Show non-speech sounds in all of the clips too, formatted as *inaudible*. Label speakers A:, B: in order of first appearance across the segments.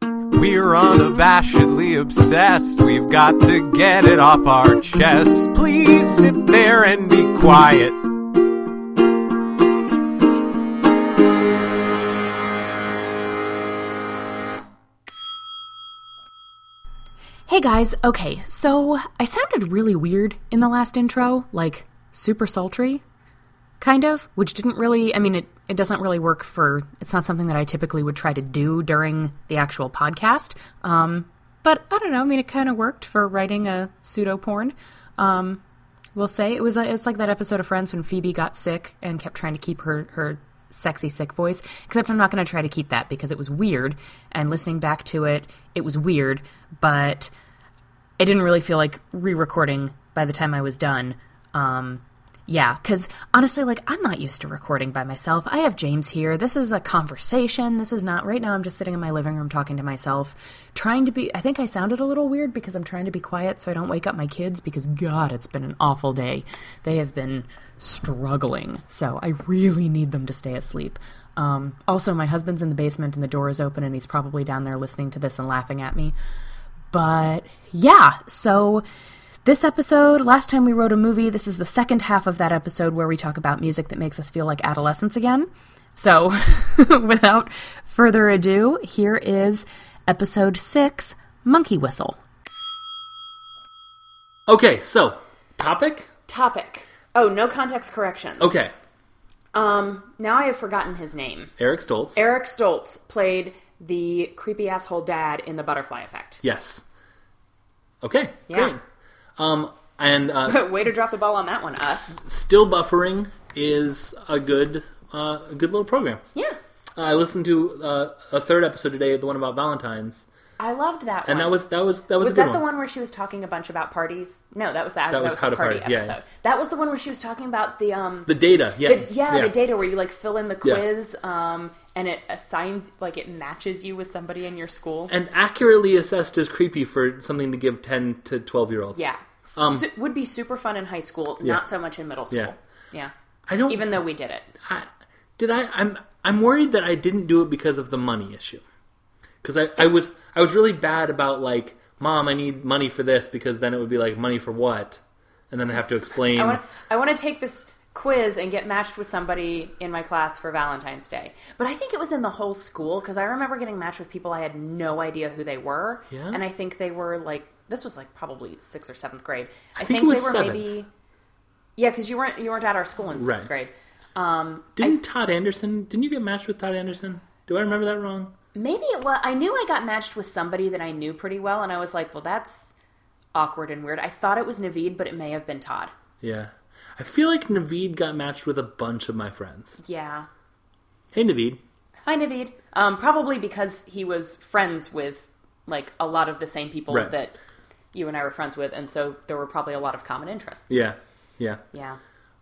A: We're unabashedly obsessed. We've got to get it off our chest. Please sit there and be quiet.
B: Hey guys, okay, so I sounded really weird in the last intro, like super sultry, kind of, which didn't really, I mean, it, it doesn't really work for, it's not something that I typically would try to do during the actual podcast. Um, but I don't know, I mean, it kind of worked for writing a pseudo porn. Um, we'll say it was, a, it's like that episode of Friends when Phoebe got sick and kept trying to keep her, her sexy sick voice except i'm not going to try to keep that because it was weird and listening back to it it was weird but i didn't really feel like re-recording by the time i was done um yeah because honestly like i'm not used to recording by myself i have james here this is a conversation this is not right now i'm just sitting in my living room talking to myself trying to be i think i sounded a little weird because i'm trying to be quiet so i don't wake up my kids because god it's been an awful day they have been struggling so i really need them to stay asleep um, also my husband's in the basement and the door is open and he's probably down there listening to this and laughing at me but yeah so this episode, last time we wrote a movie, this is the second half of that episode where we talk about music that makes us feel like adolescence again. So, *laughs* without further ado, here is episode six Monkey Whistle.
C: Okay, so topic.
B: Topic. Oh, no context corrections.
C: Okay,
B: Um, now I have forgotten his name.
C: Eric Stoltz.
B: Eric Stoltz played the creepy asshole dad in The Butterfly Effect.
C: Yes. Okay.
B: Yeah.
C: Great. Um, and uh,
B: *laughs* *laughs*
C: s-
B: Way to drop the ball on that one, us.
C: still buffering is a good, uh, a good little program.
B: Yeah.
C: I listened to uh, a third episode today, the one about Valentine's,
B: I loved that
C: and
B: one.
C: that was that was that was,
B: Was
C: a good
B: that the
C: one.
B: one where she was talking a bunch about parties? No, that was that.
C: was
B: the
C: How to
B: party,
C: Party, yeah.
B: episode. That was the one where she was talking about the um
C: The data. Yeah.
B: the- yeah, the data where you like fill in the
C: Yeah.
B: quiz um and it assigns like it matches you with somebody in your school.
C: And accurately assessed as creepy for something to give ten to twelve year olds.
B: yeah, Su- would be super fun in high school, not so much in middle school.
C: um, Yeah.
B: yeah.
C: I don't
B: Even though we did it,
C: I, did I? I'm I'm worried that I didn't do it because of the money issue. Because I, I was I was really bad about like, mom, I need money for this because then it would be like money for what, and then I have to explain.
B: I want I want to take this quiz and get matched with somebody in my class for Valentine's Day. But I think it was in the whole school because I remember getting matched with people I had no idea who they were.
C: Yeah?
B: And I think they were like this was like probably sixth or seventh grade. I,
C: think it
B: they
C: was
B: were
C: seventh.
B: maybe yeah because you weren't you weren't at our school in sixth
C: Right.
B: grade. Um,
C: didn't Todd Anderson? Didn't you get matched with Todd Anderson? Do I remember that wrong?
B: maybe it was I knew I got matched with somebody that I knew pretty well, and I was like, well, that's awkward and weird. I thought it was Naveed, but it may have been Todd.
C: Yeah, I feel like Naveed got matched with a bunch of my friends.
B: Yeah.
C: Hey, Naveed.
B: Hi, Naveed. Um, probably because he was friends with like a lot of the same people
C: Right.
B: that you and I were friends with, and so there were probably a lot of common interests.
C: Yeah, yeah.
B: Yeah,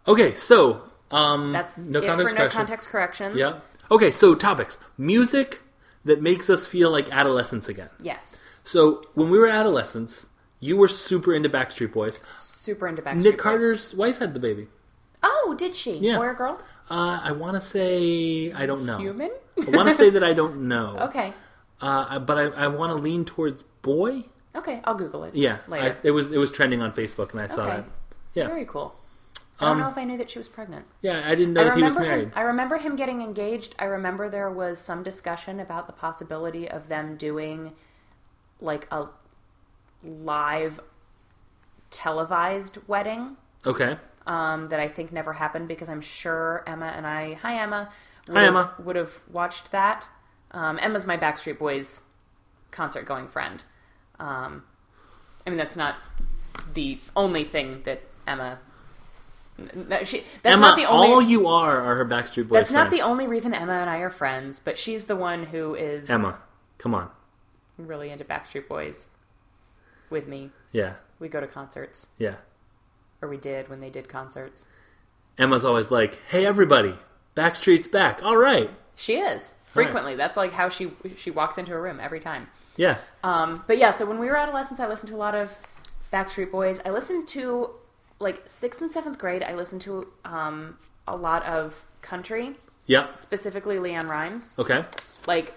C: Okay, so um,
B: that's
C: no
B: it for
C: context
B: no
C: question.
B: context corrections.
C: Yeah. Okay, so topics: music that makes us feel like adolescence again.
B: Yes,
C: So when we were adolescents, you were super into Backstreet Boys.
B: super into Backstreet
C: Nick
B: Boys.
C: Carter's wife had the baby.
B: Oh, did she?
C: Yeah.
B: Boy or girl?
C: Uh, I want to say I don't know.
B: Human?
C: I want to say that I don't know.
B: *laughs* okay.
C: Uh, I- but I, I want to lean towards boy.
B: Okay, I'll Google it.
C: Yeah. I-
B: Later.
C: it was it was trending on Facebook, and I saw
B: Okay.
C: that. Yeah. Um,
B: Very cool. I don't know if I knew that she was pregnant.
C: Yeah. I didn't
B: I
C: know that he was
B: remember
C: married.
B: him. I remember him getting engaged. I remember there was some discussion about the possibility of them doing like a live televised wedding
C: Okay.
B: um, that I think never happened because I'm sure Emma and I, hi Emma, would
C: Hi,
B: have,
C: Emma.
B: would have watched that. Um, Emma's my Backstreet Boys concert going friend. Um, I mean, that's not the only thing that Emma. n- n- She, that's
C: Emma,
B: not the only.
C: all you are are her Backstreet Boys.
B: That's not
C: friends.
B: the only reason Emma and I are friends, but she's the one who is
C: Emma. Come on.
B: really into Backstreet Boys with me.
C: Yeah.
B: We go to concerts,
C: Yeah.
B: or we did when they did concerts.
C: Emma's always like, "Hey, everybody, Backstreet's back. All right.
B: She is frequently. That's like how she she walks into a room every time.
C: Yeah.
B: Um, but yeah, so when we were adolescents, I listened to a lot of Backstreet Boys. I listened to like sixth and seventh grade. I listened to um, a lot of country,
C: yeah.
B: specifically Leon Rhymes.
C: Okay.
B: Like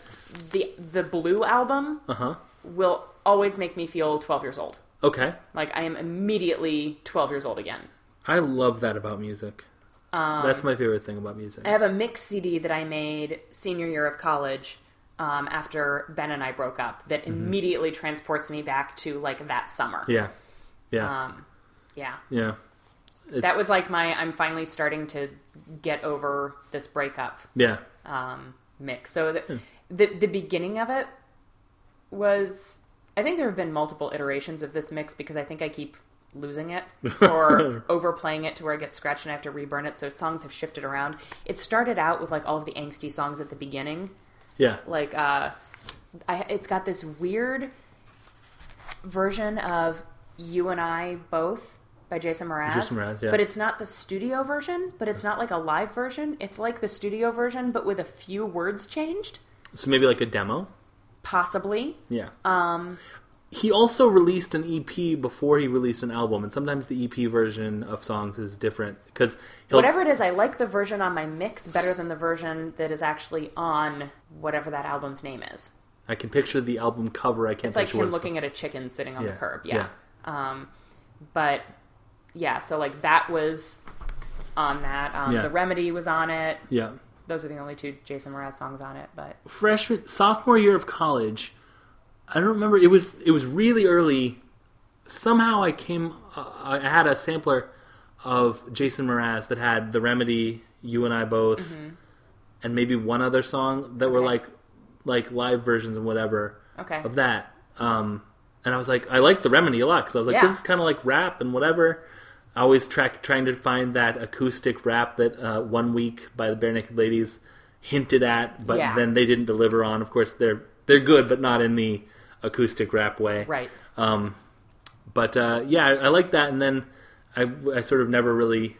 B: the the Blue album
C: Uh huh.
B: will always make me feel 12 years old.
C: Okay.
B: Like I am immediately 12 years old again.
C: I love that about music.
B: Um,
C: That's my favorite thing about music.
B: I have a mix CD that I made senior year of college um, after Ben and I broke up that immediately transports me back to like that summer.
C: Yeah. Yeah.
B: Um, yeah.
C: yeah. It's,
B: That was like my I'm finally starting to get over this breakup
C: Yeah.
B: um, mix. So the, the the beginning of it was I think there have been multiple iterations of this mix because I think I keep losing it or overplaying it to where it gets scratched and I have to reburn it. So songs have shifted around. It started out with like all of the angsty songs at the beginning,
C: Yeah.
B: like uh, I, it's got this weird version of "You and I Both" by Jason Mraz.
C: Jason Mraz, yeah.
B: But it's not the studio version. But it's not like a live version. It's like the studio version, but with a few words changed,
C: So maybe like a demo.
B: possibly.
C: Yeah. Um. He also released an EP before he released an album, and sometimes the EP version of songs is different because
B: Whatever it is, I like the version on my mix better than the version that is actually on whatever that album's name is.
C: I can picture the album cover. I can't
B: It's like
C: picture
B: him
C: what
B: looking at a chicken sitting on the
C: Yeah,
B: curb. Yeah. Um, but yeah, so like that was on that. Um,
C: Yeah.
B: The Remedy was on it.
C: Yeah.
B: Those are the only two Jason Mraz songs on it. But
C: freshman sophomore year of college i don't remember it was it was really early somehow i came uh, i had a sampler of jason mraz that had the remedy you and i both and maybe one other song that were
B: Okay.
C: like like live versions and whatever
B: okay,
C: of that um and i was like i like the remedy a lot because i was like
B: Yeah.
C: this is kind of like rap and whatever i always track trying to find that acoustic rap that uh, one week by the bare naked ladies hinted at but
B: Yeah.
C: then they didn't deliver on of course they're they're good but not in the acoustic rap way
B: right.
C: but uh yeah i, I like that and then I, I sort of never really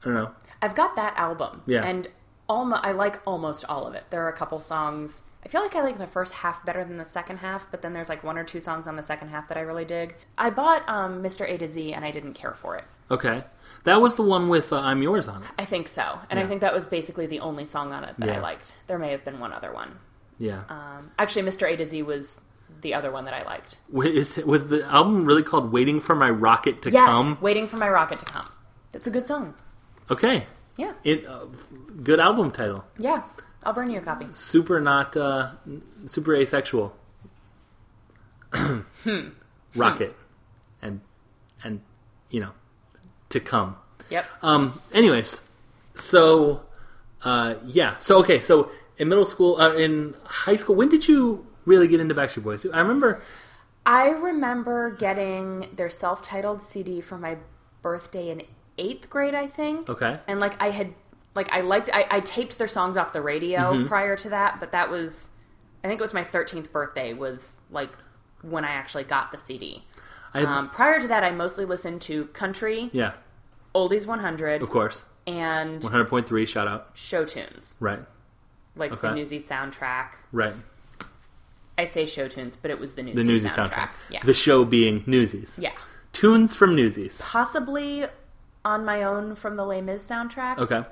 C: i don't know
B: I've got that album.
C: Yeah.
B: And almo- I like almost all of it. There are a couple songs. I feel like I like the first half better than the second half, but then there's like one or two songs on the second half that I really dig. I bought um, Mr. A to Z and I didn't care for it.
C: okay that was the one with uh, i'm yours on it
B: I think so. And I think that was basically the only song on it that I
C: Yeah.
B: liked. There may have been one other one.
C: yeah
B: Um, actually, Mr. A to Z was the other one that I liked.
C: Wa- is, was the album really called waiting for my rocket to
B: Yes,
C: come
B: Waiting for My Rocket to Come. That's a good song.
C: okay
B: Yeah.
C: It uh, good album title.
B: Yeah. I'll bring you a copy.
C: Super not uh, n- super
B: *clears throat*
C: asexual.
B: Hmm.
C: Rocket, and and you know to come.
B: Yep.
C: Um. Anyways, so uh, yeah. So okay. So in middle school, uh, in high school, when did you really get into Backstreet Boys? I remember.
B: I remember getting their self titled CD for my birthday in eighth grade, I think.
C: Okay.
B: And like I had, like I liked, I, I taped their songs off the radio
C: Mm-hmm.
B: prior to that, but that was, I think it was my 13th birthday, was like when I actually got the CD.
C: I have,
B: Um, prior to that, I mostly listened to country,
C: yeah.
B: oldies 100,
C: Of course.
B: and
C: One hundred point three. Shout out.
B: show tunes,
C: Right.
B: like the
C: Okay.
B: Newsy soundtrack.
C: Right.
B: I say show tunes, but it was the Newsy,
C: The Newsy
B: soundtrack.
C: soundtrack.
B: Yeah,
C: The show being Newsies.
B: yeah,
C: Tunes from Newsies.
B: possibly on my own from the Les Mis soundtrack,
C: Okay.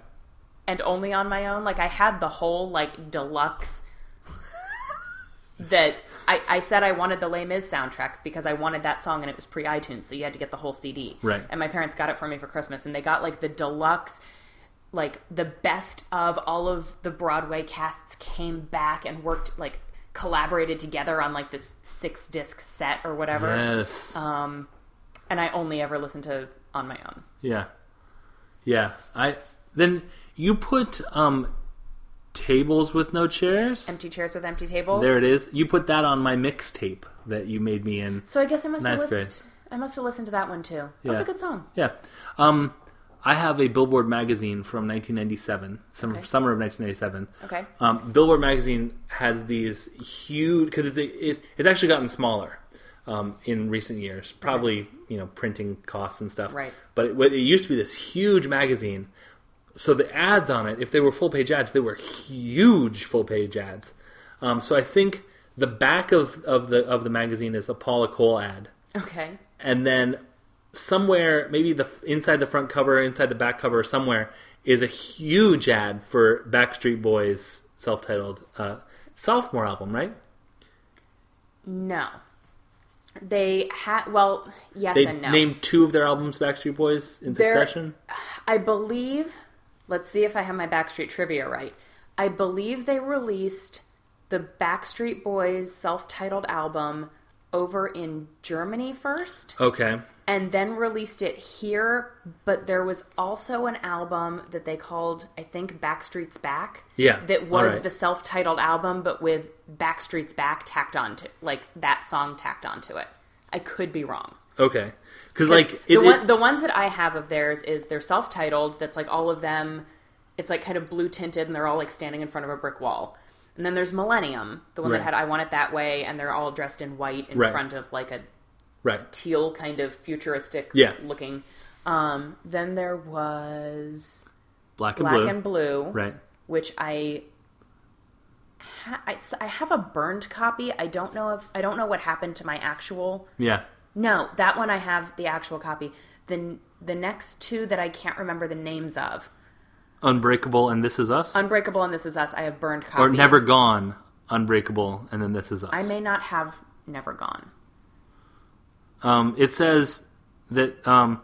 B: and only on my own. Like I had the whole like deluxe. that I, I said I wanted the Les Mis soundtrack because I wanted that song and it was pre iTunes, so you had to get the whole CD.
C: Right.
B: And my parents got it for me for Christmas, and they got like the deluxe like the best of all of the Broadway casts came back and worked like collaborated together on like this six disc set or whatever.
C: Yes.
B: And I only ever listened to on my own.
C: yeah. Yeah. I then you put um tables with no chairs.
B: Empty chairs with empty tables.
C: There it is. You put that on my mixtape that you made me in.
B: so I guess I must have
C: Ninth grade.
B: listened. I must have listened to that one too. It was
C: Yeah.
B: a good song.
C: Yeah. Um I have a Billboard magazine from 1997, summer, summer of 1997.
B: Okay.
C: Um, Billboard magazine has these huge because it's a, it, it's actually gotten smaller um, in recent years, probably you know printing costs and stuff.
B: Right.
C: But it, it used to be this huge magazine, so the ads on it, if they were full page ads, they were huge full page ads. Um, so I think the back of, of the of the magazine is a Paula Cole ad,
B: Okay.
C: and then somewhere maybe the inside the front cover inside the back cover somewhere is a huge ad for backstreet boys self-titled uh, sophomore album, right?
B: No. They had, well, yes
C: They
B: and no.
C: named two of their albums Backstreet Boys in
B: They're-
C: succession.
B: I believe, let's see if I have my Backstreet trivia right. I believe they released the Backstreet Boys self titled album over in Germany first.
C: Okay.
B: and then released it here. But there was also an album that they called, I think, Backstreet's Back.
C: Yeah,
B: That
C: all
B: was
C: right.
B: the self titled album, but with Backstreet's Back tacked onto, like that song tacked onto it. I could be wrong.
C: Okay. Because, like, it,
B: the,
C: it-
B: one, the ones that I have of theirs is they're self titled. That's like all of them. It's like kind of blue tinted, and they're all like standing in front of a brick wall. And then there's Millennium, the one
C: Right.
B: that had "I Want It That Way," and they're all dressed in white in
C: Right.
B: front of like a
C: right.
B: teal kind of futuristic
C: Yeah.
B: looking. Um, then there was
C: Black and
B: Black
C: Blue.
B: and Blue,
C: Right.
B: which I, ha- I s- I have a burned copy. I don't know if I don't know what happened to my actual.
C: Yeah.
B: No, that one I have the actual copy. The the next two that I can't remember the names of.
C: Unbreakable and This Is Us.
B: Unbreakable and This Is Us. I have burned copies.
C: or Never Gone, Unbreakable, and then This Is Us.
B: I may not have Never Gone.
C: Um, it says that um,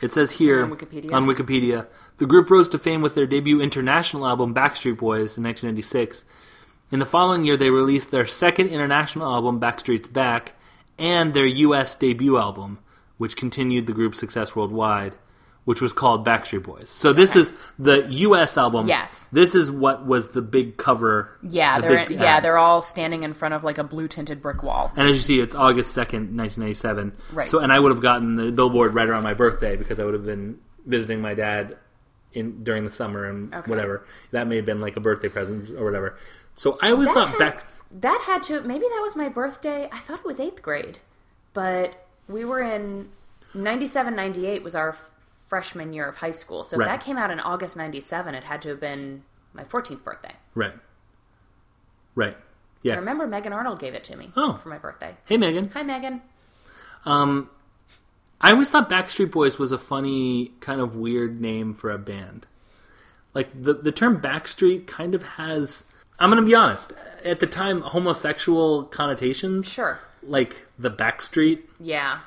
C: it says here
B: On Wikipedia?
C: on Wikipedia, the group rose to fame with their debut international album Backstreet Boys in 1996. In the following year, they released their second international album Backstreet's Back and their U.S. debut album, which continued the group's success worldwide. Which was called Backstreet Boys. So this is the U.S. album.
B: Yes.
C: This is what was the big cover.
B: Yeah,
C: the
B: they're
C: big
B: yeah
C: ad.
B: they're all standing in front of like a blue tinted brick wall.
C: And as you see, it's August second, nineteen ninety seven.
B: Right.
C: So, and I would have gotten the billboard right around my birthday because I would have been visiting my dad in during the summer and
B: Okay.
C: whatever. That may have been like a birthday present or whatever. So I was not
B: had-
C: back.
B: That had to maybe that was my birthday. I thought it was eighth grade, but we were in 97, 98 was our freshman year of high school. So if
C: Right.
B: that came out in August ninety seven. It had to have been my fourteenth birthday.
C: Right. Right. Yeah.
B: I remember Megan Arnold gave it to me
C: Oh.
B: for my birthday.
C: Hey, Megan. Um,
B: Hi Megan.
C: I always thought Backstreet Boys was a funny, kind of weird name for a band. Like the the term Backstreet kind of has. I'm gonna be honest. At the time, homosexual connotations.
B: Sure.
C: Like the Backstreet
B: Yeah.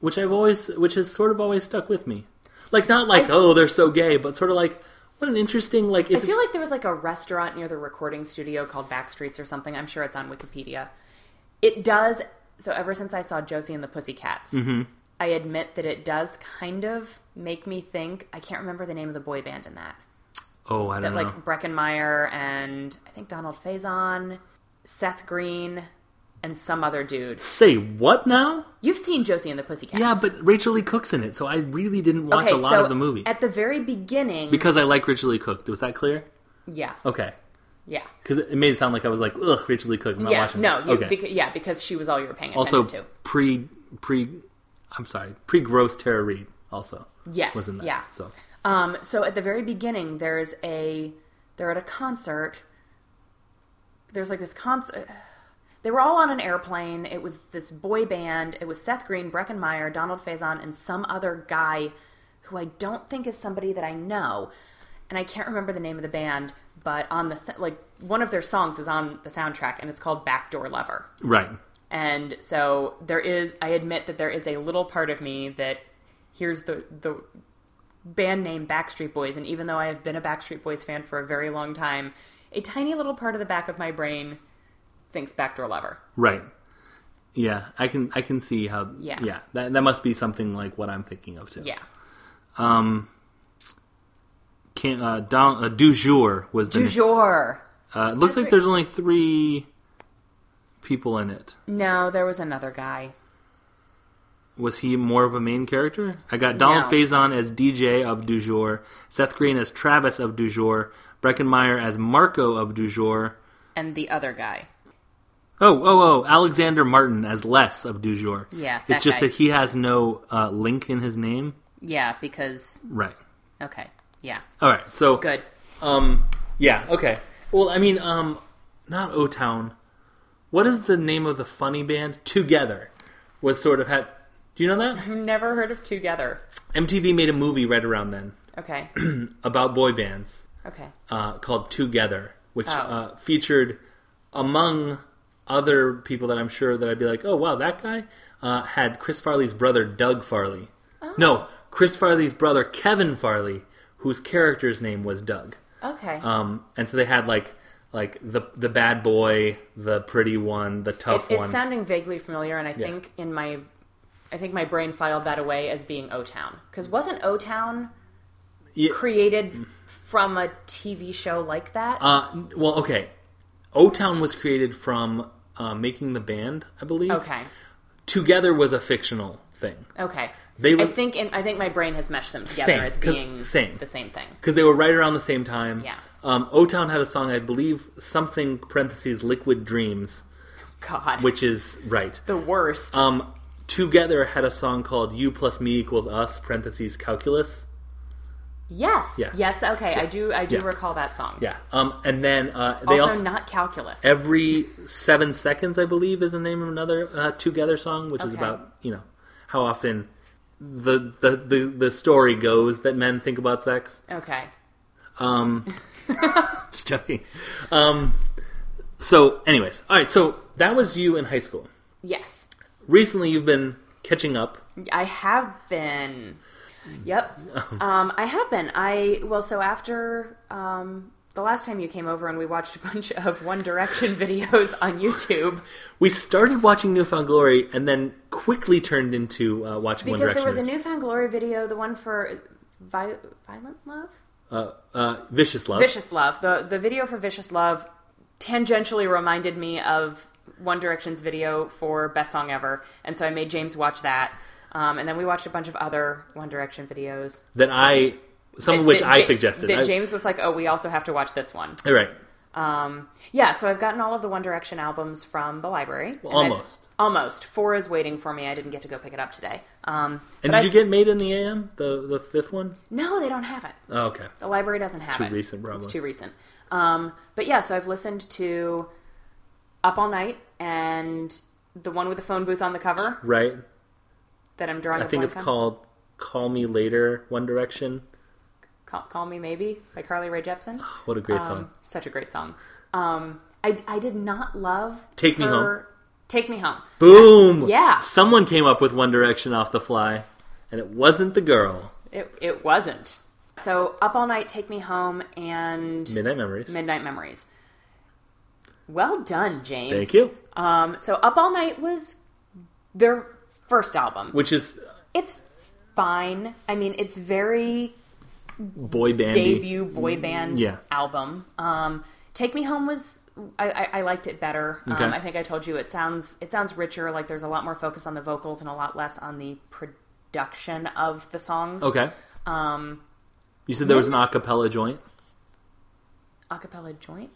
C: which I've always, which has sort of always stuck with me. Like not like oh they're so gay, but sort of like what an interesting like.
B: I
C: It's,
B: feel like there was like a restaurant near the recording studio called Backstreets or something. I'm sure it's on Wikipedia. It does. So ever since I saw Josie and the Pussycats,
C: Mm-hmm.
B: I admit that it does kind of make me think. I can't remember the name of the boy band in that.
C: oh I
B: That
C: don't
B: like
C: know.
B: Breckenmeyer and I think Donald Faison, Seth Green, and some other dude.
C: Say what now?
B: You've seen Josie and the Pussycats.
C: Yeah, but Rachel Lee Cook's in it, so I really didn't watch a lot
B: so
C: of the movie
B: At the very beginning,
C: because I like Rachel Lee Cook. Was that clear?
B: yeah,
C: Okay,
B: yeah.
C: because it made it sound like I was like ugh Rachel Lee Cook. I'm not
B: Yeah,
C: watching.
B: no,
C: this.
B: you,
C: okay.
B: beca- yeah, because she was all you were paying attention
C: also
B: to.
C: pre pre, I'm sorry pre gross Tara Reid also.
B: Yes,
C: was in that.
B: yeah.
C: So
B: Um, so at the very beginning, there's a they're at a concert. There's like this concert. They were all on an airplane. It was this boy band. It was Seth Green, Breckenmeyer, Donald Faison, and some other guy who I don't think is somebody that I know, and I can't remember the name of the band. But on the s- like one of their songs is on the soundtrack, and it's called "Backdoor Lover."
C: right.
B: And so there is, I admit that there is a little part of me that hears the, the band name Backstreet Boys. And even though I have been a Backstreet Boys fan for a very long time, a tiny little part of the back of my brain thinks Backdoor Lover.
C: Right. Yeah, I can I can see how
B: Yeah.
C: yeah that that must be something like what I'm thinking of too.
B: Yeah.
C: Can, uh, Don, uh, du jour was the
B: Du
C: name.
B: jour.
C: Uh, it looks like there's only three people in it.
B: No, there was another guy.
C: Was he more of a main character? I got
B: No.
C: Donald Faison as DJ of du jour, Seth Green as Travis of du jour, Breckenmeyer as Marco of du jour.
B: And the other guy.
C: Oh, oh, oh! Alexander Martin as Les of du jour.
B: Yeah,
C: it's
B: that
C: just
B: guy.
C: that he has no uh, link in his name.
B: Yeah, because,
C: Right.
B: okay. Yeah.
C: All right. So
B: Good. *clears throat*
C: Um, yeah, okay. Well, I mean, um, not O Town. What is the name of the funny band? Together was sort of had. Do you know that
B: Never heard of Together.
C: MTV made a movie right around then
B: Okay.
C: about boy bands
B: Okay.
C: uh, called Together, which uh, featured among other people that I'm sure that I'd be like, oh wow, that guy uh, had Chris Farley's brother Doug Farley. No, Chris Farley's brother Kevin Farley, whose character's name was Doug.
B: Okay.
C: Um, and so they had like like the the bad boy, the pretty one, the
B: it,
C: tough one.
B: it's sounding vaguely familiar, and I think in my, I think my brain filed that away as being O Town because wasn't O Town
C: Yeah.
B: created from a TV show like that?
C: Uh, n- well, okay. O Town was created from uh, making the band, I believe.
B: okay,
C: Together was a fictional thing
B: okay.
C: They were-
B: I think in, I think my brain has meshed them together
C: Same,
B: as
C: 'cause-
B: being
C: same.
B: the same thing.
C: because they were right around the same time.
B: Yeah.
C: Um, o Town had a song, I believe, something parentheses Liquid Dreams,
B: God,
C: which is right.
B: the worst.
C: Um, Together had a song called "You Plus Me Equals Us" parentheses Calculus.
B: yes,
C: yeah.
B: yes. Okay, I do I do
C: Yeah.
B: recall that song.
C: Yeah. Um, and then uh, they
B: Also,
C: also,
B: not calculus.
C: every seven seconds, I believe, is the name of another uh, Together song, which is
B: Okay.
C: about you know how often the, the the the story goes that men think about sex. *laughs*
B: okay.
C: Just joking. Um, so, anyways, all right. So that was you in high school.
B: Yes,
C: Recently, you've been catching up.
B: I have been. Yep. Um, I have been. I well, so after um, the last time you came over and we watched a bunch *laughs* of One Direction videos on YouTube
C: We started watching Newfound Glory and then quickly turned into uh, watching One
B: because
C: Direction.
B: there was a Newfound Glory video, the one for Vi- Violent Love,
C: uh, Vicious Love.
B: Vicious Love. The the video for Vicious Love tangentially reminded me of One Direction's video for Best Song Ever, and so I made James watch that. Um, and then we watched a bunch of other One Direction videos.
C: that I, some of which
B: that
C: I
B: Ja-
C: suggested.
B: That
C: I-
B: James was like, "Oh, we also have to watch this one."
C: All right.
B: Um, yeah, so I've gotten all of the One Direction albums from the library.
C: Well,
B: and I've-
C: almost.
B: almost. Four is waiting for me. I didn't get to go pick it up today. Um, but
C: And
B: I-
C: did you get Made in the AM, the the fifth one?
B: No, they don't have it.
C: Oh, okay.
B: The library doesn't have
C: too
B: it.
C: recent, probably.
B: It's too recent. Um, but yeah, so I've listened to Up All Night and the one with the phone booth on the cover
C: Right.
B: that I'm drawing.
C: I
B: a
C: think
B: blank
C: it's
B: on.
C: called "Call Me Later." One Direction.
B: Call, Call Me Maybe by Carly Rae Jepsen.
C: What a great song.
B: Um, such a great song. Um, I, I did not love
C: Take Me
B: her- Take Me Home.
C: Boom!
B: Yeah.
C: Someone came up with One Direction off the fly, and it wasn't the girl.
B: It it wasn't. So up all night, take me home, and
C: Midnight Memories.
B: Midnight Memories. Well done, James.
C: Thank you.
B: Um, so up all night was their first album.
C: Which is
B: It's fine. I mean, it's very
C: boy bandy.
B: debut boy band
C: Yeah.
B: album. Um, Take Me Home was I, I, I liked it better.
C: Okay.
B: Um, I think I told you it sounds it sounds richer. Like there's a lot more focus on the vocals and a lot less on the production of the songs.
C: Okay.
B: Um,
C: You said there was an a cappella joint
B: acapella joint.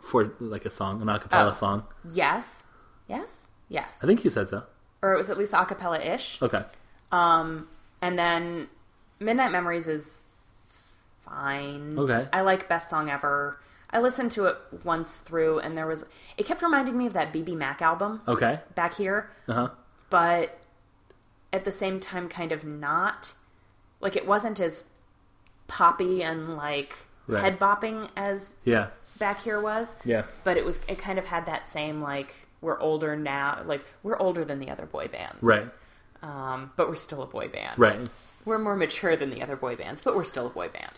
C: for like a song, an a cappella
B: Oh.
C: song.
B: Yes. Yes. Yes.
C: I think you said so.
B: or it was at least acapella ish.
C: Okay.
B: And then Midnight Memories is fine.
C: Okay.
B: I like Best Song Ever. I listened to it once through and there was it kept reminding me of that BB Mac album
C: Okay.
B: back here,
C: Uh huh.
B: but at the same time kind of not. Like it wasn't as poppy and like
C: Right.
B: head bopping as
C: Yeah.
B: back here was.
C: Yeah.
B: But it was it kind of had that same like we're older now, like we're older than the other boy bands.
C: Right.
B: Um, but we're still a boy band.
C: Right.
B: We're more mature than the other boy bands, but we're still a boy band.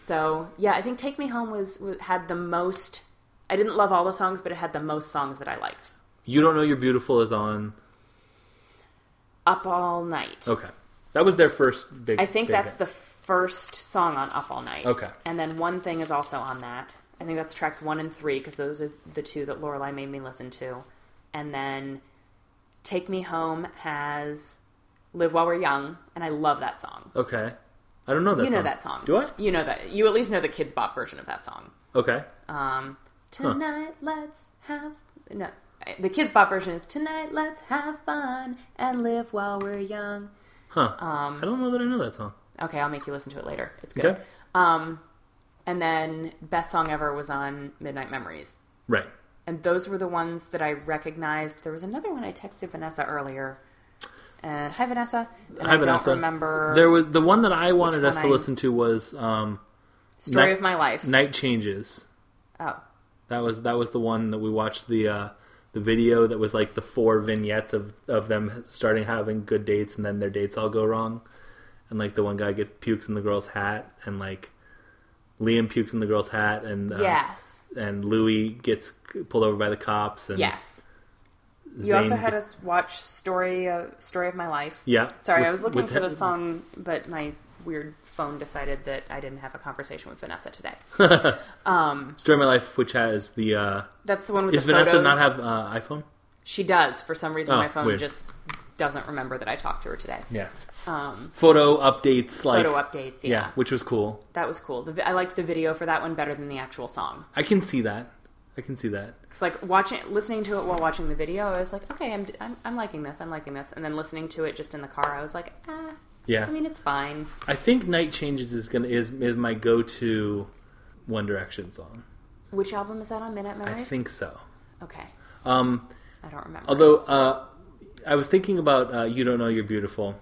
B: So yeah, I think Take Me Home was, was had the most. I didn't love all the songs, but it had the most songs that I liked.
C: You don't know you're beautiful is on.
B: Up All Night.
C: Okay. That was their first big.
B: I think
C: big
B: that's
C: hit.
B: the first song on Up All Night.
C: Okay.
B: And then One Thing is also on that. I think that's tracks one and three because those are the two that Lorelai made me listen to. And then Take Me Home has Live While We're Young, and I love that song.
C: Okay. I don't know that.
B: you know
C: song.
B: that song.
C: Do I?
B: You know that. You at least know the Kids Bop version of that song.
C: Okay.
B: Um, tonight let's have no. The Kids Bop version is Tonight let's have fun and live while we're young.
C: Huh. Um, I don't know that I know that song.
B: Okay, I'll make you listen to it later. It's good.
C: Okay.
B: Um, and then best song ever was on Midnight Memories,
C: Right.
B: and those were the ones that I recognized. There was another one I texted Vanessa earlier. And hi Vanessa. And
C: Hi,
B: I
C: Vanessa.
B: don't remember
C: There was the one that I wanted
B: Which
C: us
B: one
C: to
B: I-
C: listen to was um,
B: story
C: Night-
B: of my life.
C: Night Changes.
B: oh,
C: That was that was the one that we watched the uh, the video that was like the four vignettes of of them starting having good dates and then their dates all go wrong, and like the one guy gets pukes in the girl's hat and like Liam pukes in the girl's hat and uh,
B: yes.
C: and Louis gets pulled over by the cops and
B: Yes. You
C: Zayn
B: also had
C: get-
B: us watch story of, story of my life.
C: Yeah.
B: Sorry,
C: With-
B: I was looking
C: with
B: for
C: that-
B: the song, but my weird phone decided that I didn't have a conversation with Vanessa today.
C: Story of My Life, which has the uh,
B: That's the one with
C: is
B: the
C: Vanessa
B: photos.
C: not have uh, iPhone?
B: She does. For some reason,
C: Oh,
B: my phone
C: weird.
B: just doesn't remember that I talked to her today.
C: Yeah. Um, photo updates, like
B: Photo updates. Yeah.
C: yeah. which was cool.
B: that was cool. The, vi- I liked the video for that one better than the actual song.
C: I can see that. I can see that.
B: It's like watching, listening to it while watching the video. I was like, okay, I'm, I'm, I'm liking this. I'm liking this. And then listening to it just in the car, I was like, ah,
C: Yeah.
B: I mean, it's fine.
C: I think Night Changes is gonna is is my go to One Direction song.
B: Which album is that on? Minute Memories.
C: I think so.
B: Okay.
C: Um,
B: I don't remember.
C: although uh, I was thinking about uh, "You Don't Know You're Beautiful,"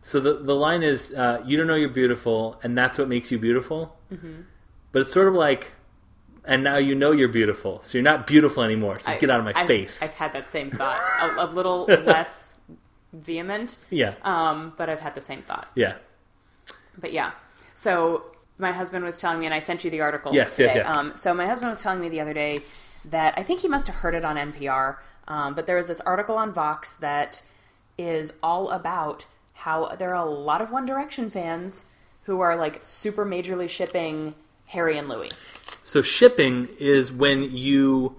C: so the the line is uh, "You don't know you're beautiful, and that's what makes you beautiful."
B: Mm-hmm.
C: But it's sort of like, and now you know you're beautiful, so you're not beautiful anymore. So
B: I-
C: get out of my
B: I've-
C: face.
B: I've had that same thought, a, a
C: *laughs*
B: little less vehement,
C: yeah,
B: um, but I've had the same thought.
C: yeah.
B: But yeah, so my husband was telling me, and I sent you the article.
C: Yes, yes,
B: today.
C: yes.
B: Um, so my husband was telling me the other day that I think he must have heard it on NPR, um, but there was this article on Vox that is all about how there are a lot of One Direction fans who are like super majorly shipping Harry and Louis.
C: So shipping is when you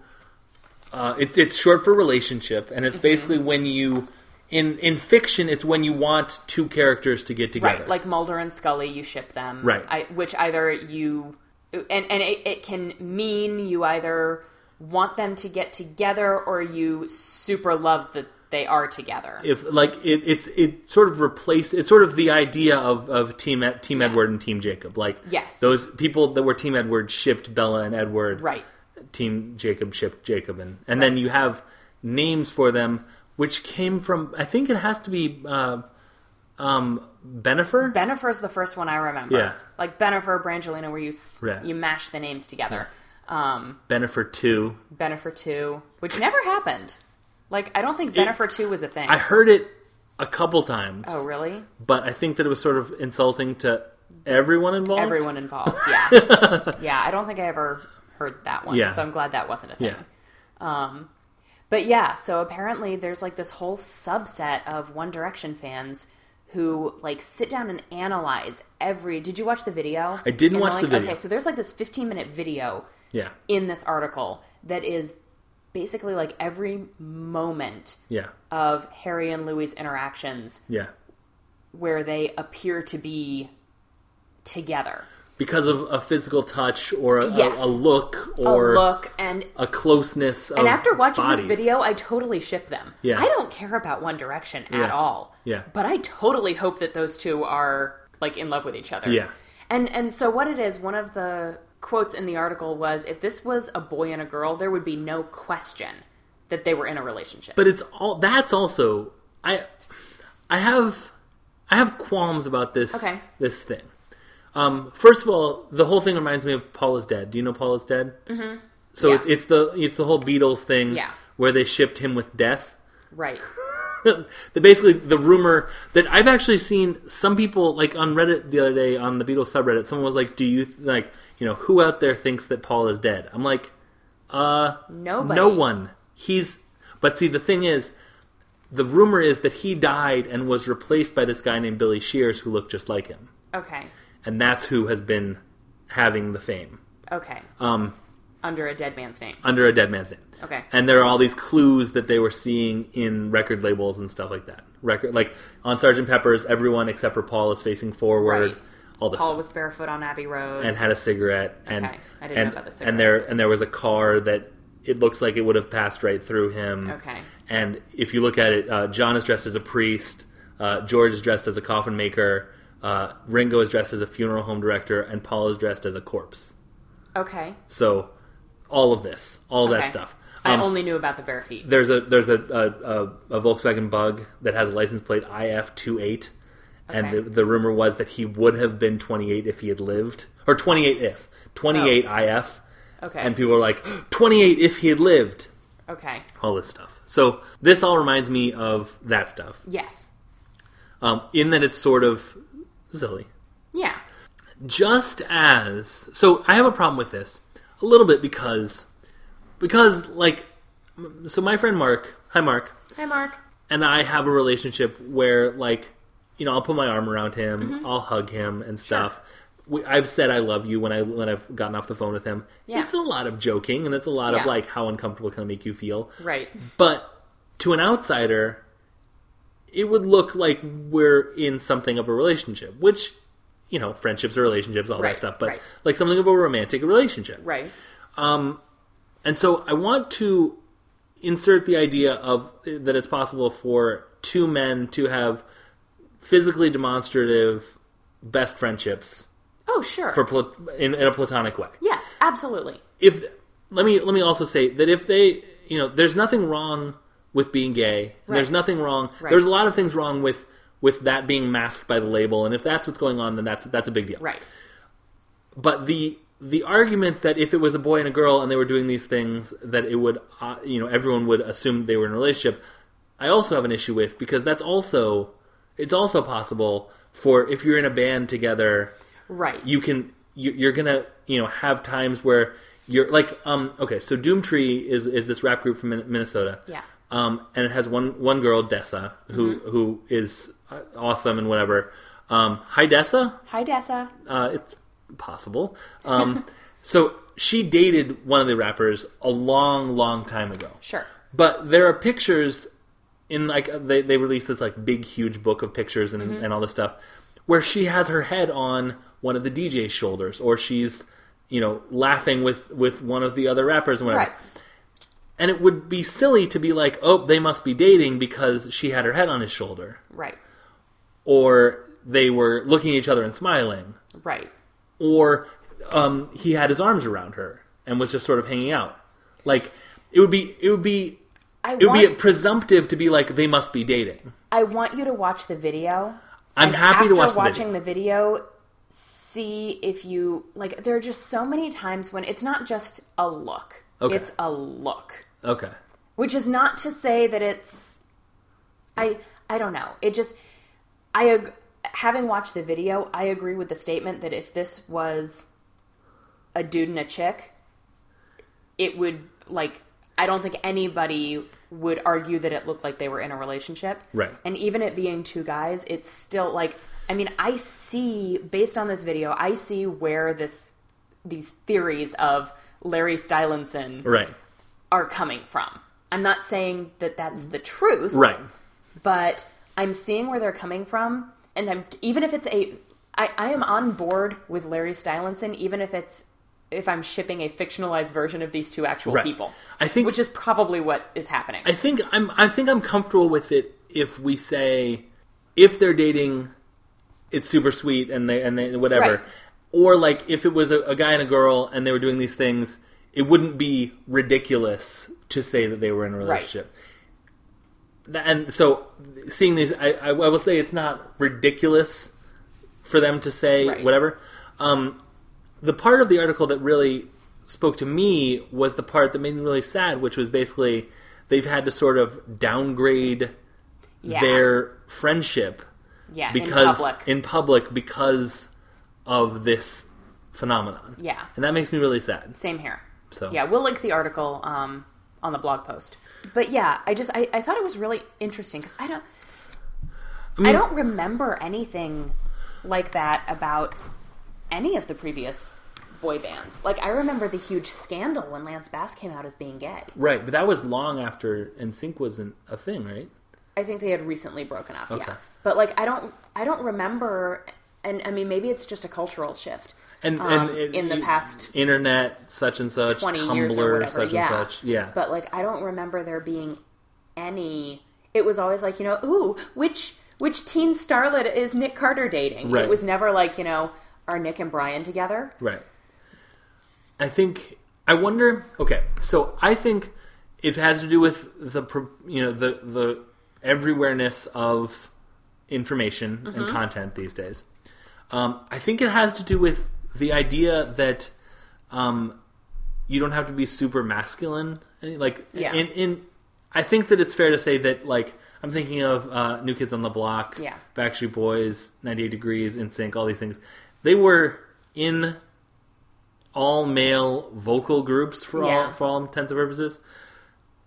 C: uh, it's it's short for relationship, and
B: Mm-hmm.
C: it's basically when you in in fiction it's when you want two characters to get together.
B: Right, like Mulder and Scully, you ship them.
C: Right.
B: I, which either you and and it, it can mean you either want them to get together or you super love that they are together.
C: if like it, it's it sort of replace it's sort of the idea of of team Ed- team Edward and team Jacob. Like
B: Yes.
C: those people that were team Edward shipped Bella and Edward.
B: Right.
C: Team Jacob shipped Jacob and and then you have names for them which came from I think it has to be uh, um Benifer.
B: Benifer's the first one I remember.
C: Yeah.
B: Like Benifer, Brangelina, where you s
C: Right.
B: you mash the names together. Um,
C: Benifer two.
B: Benifer two, which never happened. Like I don't think Benifer two was a thing.
C: I heard it a couple times,
B: oh really?
C: but I think that it was sort of insulting to everyone involved.
B: Everyone involved.
C: *laughs*
B: Yeah. yeah. I don't think I ever heard that one.
C: Yeah.
B: So I'm glad that wasn't a thing.
C: Yeah.
B: But yeah, so apparently there's like this whole subset of One Direction fans who like sit down and analyze every. Did you watch the video?
C: I didn't
B: And
C: watch
B: like-
C: the video.
B: Okay, so there's like this 15 minute video
C: Yeah.
B: in this article that is basically like every moment
C: Yeah.
B: of Harry and Louis' interactions
C: Yeah.
B: where they appear to be together.
C: Because of a physical touch or a, a-
B: Yes.
C: a, look
B: A
C: or a,
B: look and
C: closeness. Of
B: and after watching
C: bodies.
B: this video, I totally ship them.
C: Yeah.
B: I don't care about One Direction at
C: Yeah.
B: all.
C: Yeah.
B: But I totally hope that those two are like in love with each other.
C: Yeah.
B: And and so what it is, one of the quotes in the article was if this was a boy and a girl, there would be no question that they were in a relationship.
C: but it's all that's also I I have I have qualms about this
B: Okay.
C: this thing. Um, first of all, the whole thing reminds me of Paul is dead. Do you know Paul is dead? Mm-hmm. So
B: Yeah.
C: it's it's the it's the whole Beatles thing
B: Yeah.
C: where they shipped him with death.
B: right.
C: *laughs* the basically the rumor that I've actually seen some people like on Reddit the other day on the Beatles subreddit. Someone was like, "Do you like you know who out there thinks that Paul is dead?" I'm like, "Uh,
B: Nobody.
C: *laughs* "No one. He's." But see, the thing is, the rumor is that he died and was replaced by this guy named Billy Shears who looked just like him,
B: Okay.
C: and that's who has been having the fame
B: Okay. Um under a dead man's name.
C: under a dead man's name.
B: Okay.
C: And there are all these clues that they were seeing in record labels and stuff like that. Record like on Sergeant Pepper's, everyone except for Paul is facing forward.
B: Right.
C: All this
B: Paul
C: stuff.
B: was barefoot on Abbey Road.
C: and had a cigarette and
B: Okay. I didn't know
C: and,
B: about the cigarette.
C: and there and there was a car that it looks like it would have passed right through him.
B: Okay.
C: And if you look at it, uh, John is dressed as a priest. Uh, George is dressed as a coffin maker. Uh, Ringo is dressed as a funeral home director, and Paul is dressed as a corpse.
B: okay.
C: So, all of this, all
B: Okay.
C: that stuff.
B: I
C: Um,
B: only knew about the bare feet.
C: there's a there's a a, a, a Volkswagen Bug that has a license plate IF28, and
B: Okay.
C: the, the rumor was that he would have been 28 if he had lived, or 28 if 28 IF,
B: Okay.
C: And people are like, *gasps* 28 if he had lived.
B: okay.
C: All this stuff. So this all reminds me of that stuff.
B: Yes.
C: Um, in that it's sort of silly.
B: Yeah.
C: just as so i have a problem with this a little bit because because like m- so my friend mark hi mark
B: Hi, Mark.
C: and i have a relationship where like you know i'll put my arm around him
B: Mm-hmm.
C: i'll hug him and stuff we, i've said i love you when i when i've gotten off the phone with him
B: Yeah.
C: it's a lot of joking and it's a lot
B: Yeah.
C: of like how uncomfortable can i make you feel
B: Right.
C: but to an outsider, it would look like we're in something of a relationship, which, you know, friendships are relationships, all
B: Right,
C: that stuff, but
B: right.
C: like something of a romantic relationship.
B: Right.
C: And so I want to insert the idea of that it's possible for two men to have physically demonstrative best friendships
B: Oh, sure.
C: for pla- in, in a platonic way.
B: yes, absolutely.
C: if let me let me also say that if they you know there's nothing wrong with being gay and there's
B: Right.
C: nothing wrong
B: Right.
C: there's a lot of things wrong with with that being masked by the label and if that's what's going on then that's that's a big deal
B: Right.
C: but the the argument that if it was a boy and a girl and they were doing these things that it would uh, you know everyone would assume they were in a relationship i also have an issue with because that's also it's also possible for if you're in a band together
B: Right.
C: you can you, you're gonna you know have times where you're like um okay so Doomtree is is this rap group from Min- Minnesota
B: Yeah.
C: um and it has one one girl Dessa who who is uh, awesome and whatever um hi Dessa
B: Hi, Dessa.
C: uh, it's possible um so she dated one of the rappers a long long time ago
B: Sure.
C: but there are pictures in like uh, they they released this like big huge book of pictures and, and all this stuff where she has her head on one of the DJ's shoulders or she's you know laughing with with one of the other rappers and whatever.
B: Right.
C: And it would be silly to be like, "Oh, they must be dating because she had her head on his shoulder."
B: Right.
C: Or they were looking at each other and smiling.
B: Right.
C: Or um, he had his arms around her and was just sort of hanging out. Like it would be it would be
B: I
C: it would be
B: want,
C: presumptive to be like they must be dating.
B: I want you to watch the video.
C: I'm
B: and
C: happy
B: after
C: to watch the video.
B: watching the video. see if you like. There are just so many times when it's not just a look;
C: Okay.
B: it's a look,
C: Okay,
B: which is not to say that it's. I I don't know. It just I ag- having watched the video, I agree with the statement that if this was a dude and a chick, it would like. I don't think anybody would argue that it looked like they were in a relationship.
C: Right.
B: And even it being two guys, it's still like I mean, I see based on this video, I see where this these theories of Larry Stylinson
C: right,
B: are coming from. I'm not saying that that's the truth,
C: right,
B: but I'm seeing where they're coming from, and I'm even if it's a, I, I am on board with Larry Stylinson, even if it's if I'm shipping a fictionalized version of these two actual
C: right.
B: people,
C: I think
B: which is probably what is happening.
C: I think I'm I think I'm comfortable with it if we say if they're dating, it's super sweet and they and they whatever,
B: Right.
C: or like if it was a, a guy and a girl and they were doing these things, it wouldn't be ridiculous to say that they were in a relationship. Th- And so, seeing these, I, I, I will say it's not ridiculous for them to say
B: Right.
C: whatever. Um, the part of the article that really spoke to me was the part that made me really sad, which was basically they've had to sort of downgrade
B: yeah,
C: their friendship
B: yeah,
C: because
B: in public,
C: public because of this phenomenon.
B: yeah,
C: And that makes me really sad.
B: same here.
C: So
B: Yeah, we'll link the article um, on the blog post. But yeah, I just I, I thought it was really interesting because I don't I,
C: mean-
B: don't remember anything like that about any of the previous boy bands. Like I remember the huge scandal when Lance Bass came out as being gay.
C: right, but that was long after NSYNC wasn't a thing, right?
B: I think they had recently broken up.
C: Okay.
B: Yeah, but like I don't I don't remember. And I mean, maybe it's just a cultural shift.
C: And,
B: Um,
C: and it-
B: in the
C: it-
B: past
C: internet such and such,
B: 20
C: Tumblr
B: years or whatever.
C: such
B: yeah.
C: and such, yeah.
B: But like I don't remember there being any it was always like, you know, ooh, which which teen starlet is Nick Carter dating?
C: Right.
B: It was never like, you know, are Nick and Brian together?
C: Right. I think I wonder. Okay, so I think it has to do with the pro- you know the the everywhereness of information
B: Mm-hmm.
C: and content these days. Um, I think it has to do with the idea that um, you don't have to be super masculine. And, Like,
B: Yeah.
C: in, in, I think that it's fair to say that, like, I'm thinking of uh, New Kids on the Block,
B: Yeah.
C: Backstreet Boys, 98 Degrees, NSYNC, all these things. They were in all male vocal groups for
B: Yeah.
C: all for all intents and purposes,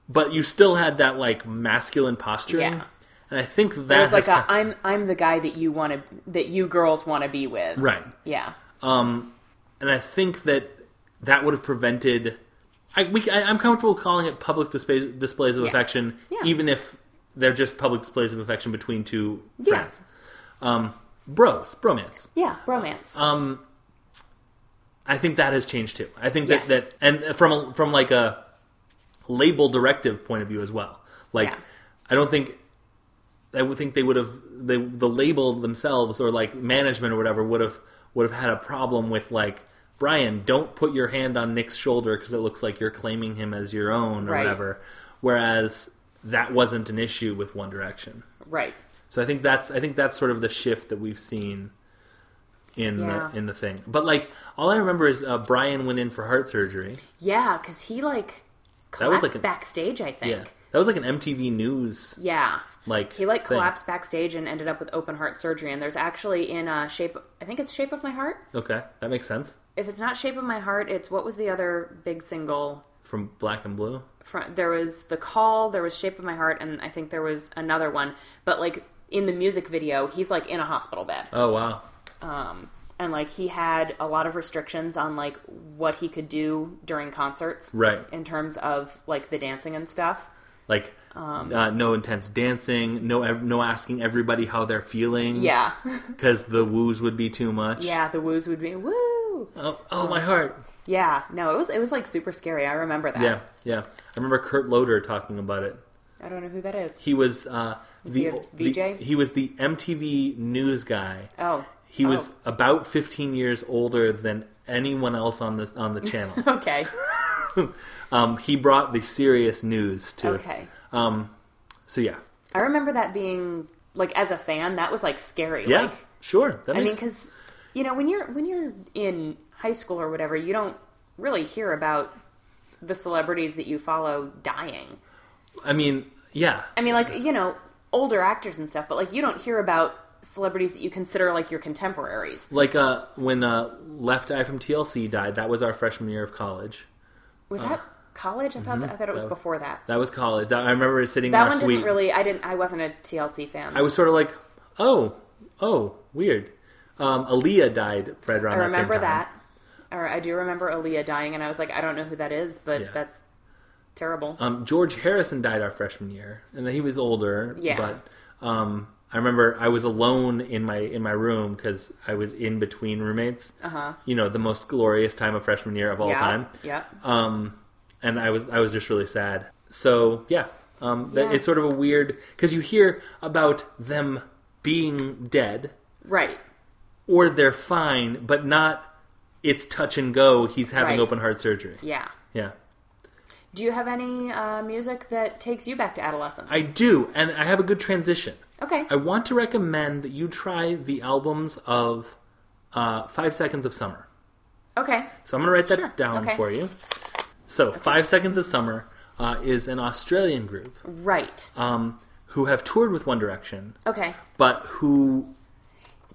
C: but you still had that like masculine posturing.
B: Yeah.
C: And I think that
B: It was like
C: has
B: a,
C: ki-
B: I'm I'm the guy that you want to that you girls want to be with.
C: right.
B: Yeah.
C: and I think that that would have prevented. I, we, I, I'm comfortable calling it public displays, displays of
B: Yeah.
C: affection,
B: Yeah.
C: even if they're just public displays of affection between two
B: Yeah.
C: friends, um, bros, bromance.
B: Yeah. Romance.
C: Um, I think that has changed too. I think that,
B: Yes.
C: that and from a, from like a label directive point of view as well. Like
B: Yeah.
C: I don't think I would think they would have they, the label themselves or like management or whatever would have would have had a problem with like Brian, don't put your hand on Nick's shoulder because it looks like you're claiming him as your own or
B: Right.
C: whatever. Whereas that wasn't an issue with One Direction.
B: right.
C: So I think that's I think that's sort of the shift that we've seen in
B: Yeah.
C: the in the thing. But like all I remember is uh, Brian went in for heart surgery.
B: Yeah, because he like
C: That was
B: collapsed
C: like an-
B: backstage. I
C: Yeah,
B: think.
C: that was like an MTV News
B: Yeah.
C: like
B: He like
C: thing.
B: collapsed backstage and ended up with open heart surgery. And there's actually in uh, shape. I think it's Shape of My Heart.
C: Okay, that makes sense
B: If it's not Shape of My Heart, it's what was the other big single?
C: from Black and Blue.
B: From, there was The Call. There was Shape of My Heart, and I think there was another one. But like in the music video, he's like in a hospital bed.
C: Oh wow,
B: um, and like he had a lot of restrictions on like what he could do during concerts
C: Right.
B: in terms of like the dancing and stuff
C: like
B: Um.
C: uh, no intense dancing, no ev- no asking everybody how they're feeling.
B: yeah *laughs*
C: because the woos would be too much.
B: yeah the woos would be woo
C: Oh, oh my heart.
B: yeah no it was it was like super scary i remember that
C: Yeah, yeah. I remember Kurt Loder talking about it.
B: i don't know who that is
C: He was uh, the,
B: he a VJ?
C: the he was the MTV news guy.
B: oh *laughs*
C: He was
B: Oh.
C: about 15 years older than anyone else on this on the channel. *laughs*
B: okay
C: um, he brought the serious news to.
B: okay
C: Um, so yeah,
B: i remember that being like as a fan that was like scary
C: yeah,
B: like
C: sure. That
B: i mean
C: makes,
B: because you know when you're when you're in high school or whatever you don't really hear about the celebrities that you follow dying
C: I mean, yeah,
B: I mean, like you know, older actors and stuff, but like you don't hear about celebrities that you consider like your contemporaries.
C: like uh, when uh, Left Eye from TLC died, that was our freshman year of college.
B: Was that college? I thought that, I thought it was before that.
C: Uh-huh. Mm-hmm. That was college. I remember sitting
B: That one
C: last
B: didn't
C: week.
B: really. I didn't. I wasn't a TLC fan.
C: I was sort of like, oh, oh, weird. Um, Aaliyah died right around
B: I
C: that same
B: remember
C: time.
B: that, or I do remember Aaliyah dying, and I was like, I don't know who that is, but
C: Yeah.
B: that's terrible.
C: um, George Harrison died our freshman year, and he was older.
B: Yeah.
C: But um, I remember I was alone in my in my room because I was in between roommates. Uh huh. You know, the most glorious time of freshman year of all
B: Uh-huh. yeah,
C: time.
B: yeah,
C: Um, and I was I was just really sad. So yeah, um, that,
B: Yeah.
C: it's sort of a weird because you hear about them being dead
B: right.
C: or they're fine, but not it's touch and go. He's having
B: Right.
C: open heart surgery.
B: Yeah.
C: Yeah.
B: Do you have any uh, music that takes you back to adolescence?
C: I do, and I have a good transition.
B: okay.
C: I want to recommend that you try the albums of uh, Five Seconds of Summer.
B: okay.
C: So I'm going to write that
B: Sure.
C: down
B: Okay.
C: for you. So Five Seconds of Summer uh, is an Australian group
B: Right.
C: um, who have toured with One Direction,
B: okay.
C: but who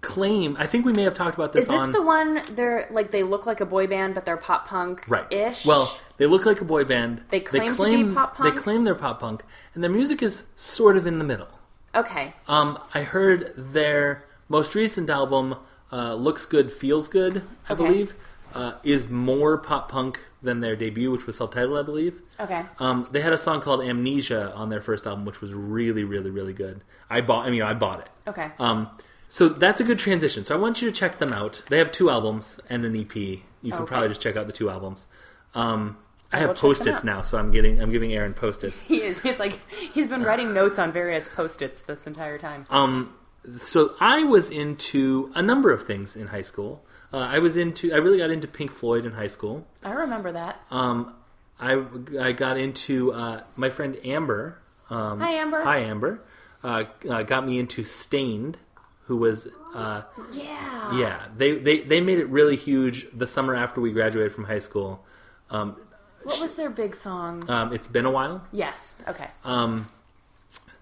C: claim I think we may have talked about this,
B: Is this
C: on
B: the one they're like they look like a boy band but they're pop punk
C: right
B: ish?
C: Well, they look like a boy band.
B: They claim to be pop punk?
C: They claim they're pop punk, and their music is sort of in the middle.
B: okay.
C: Um, I heard their most recent album, uh, "Looks Good, Feels Good," I
B: Okay.
C: believe, uh, is more pop punk than their debut, which was self-titled, I believe.
B: Okay.
C: Um, they had a song called "Amnesia" on their first album, which was really, really, really good. I bought. I mean, I bought it.
B: Okay.
C: Um, so that's a good transition. So I want you to check them out. They have two albums and an EP. You can
B: Oh, Okay.
C: probably just check out the two albums. Um, I
B: will
C: have
B: check them
C: post-its
B: out.
C: now, so I'm getting I'm giving Aaron post-its.
B: he is. He's like he's been
C: *laughs*
B: writing notes on various post its this entire time.
C: Um, so I was into a number of things in high school. Uh, I was into I really got into Pink Floyd in high school.
B: I remember that.
C: Um, I I got into uh, my friend Amber. Um,
B: Hi, Amber.
C: Hi Amber. Uh, uh, got me into Stained, who was uh,
B: yeah.
C: yeah they, they they made it really huge the summer after we graduated from high school. Um,
B: What was their big song?
C: Um, it's been a while.
B: yes. Okay.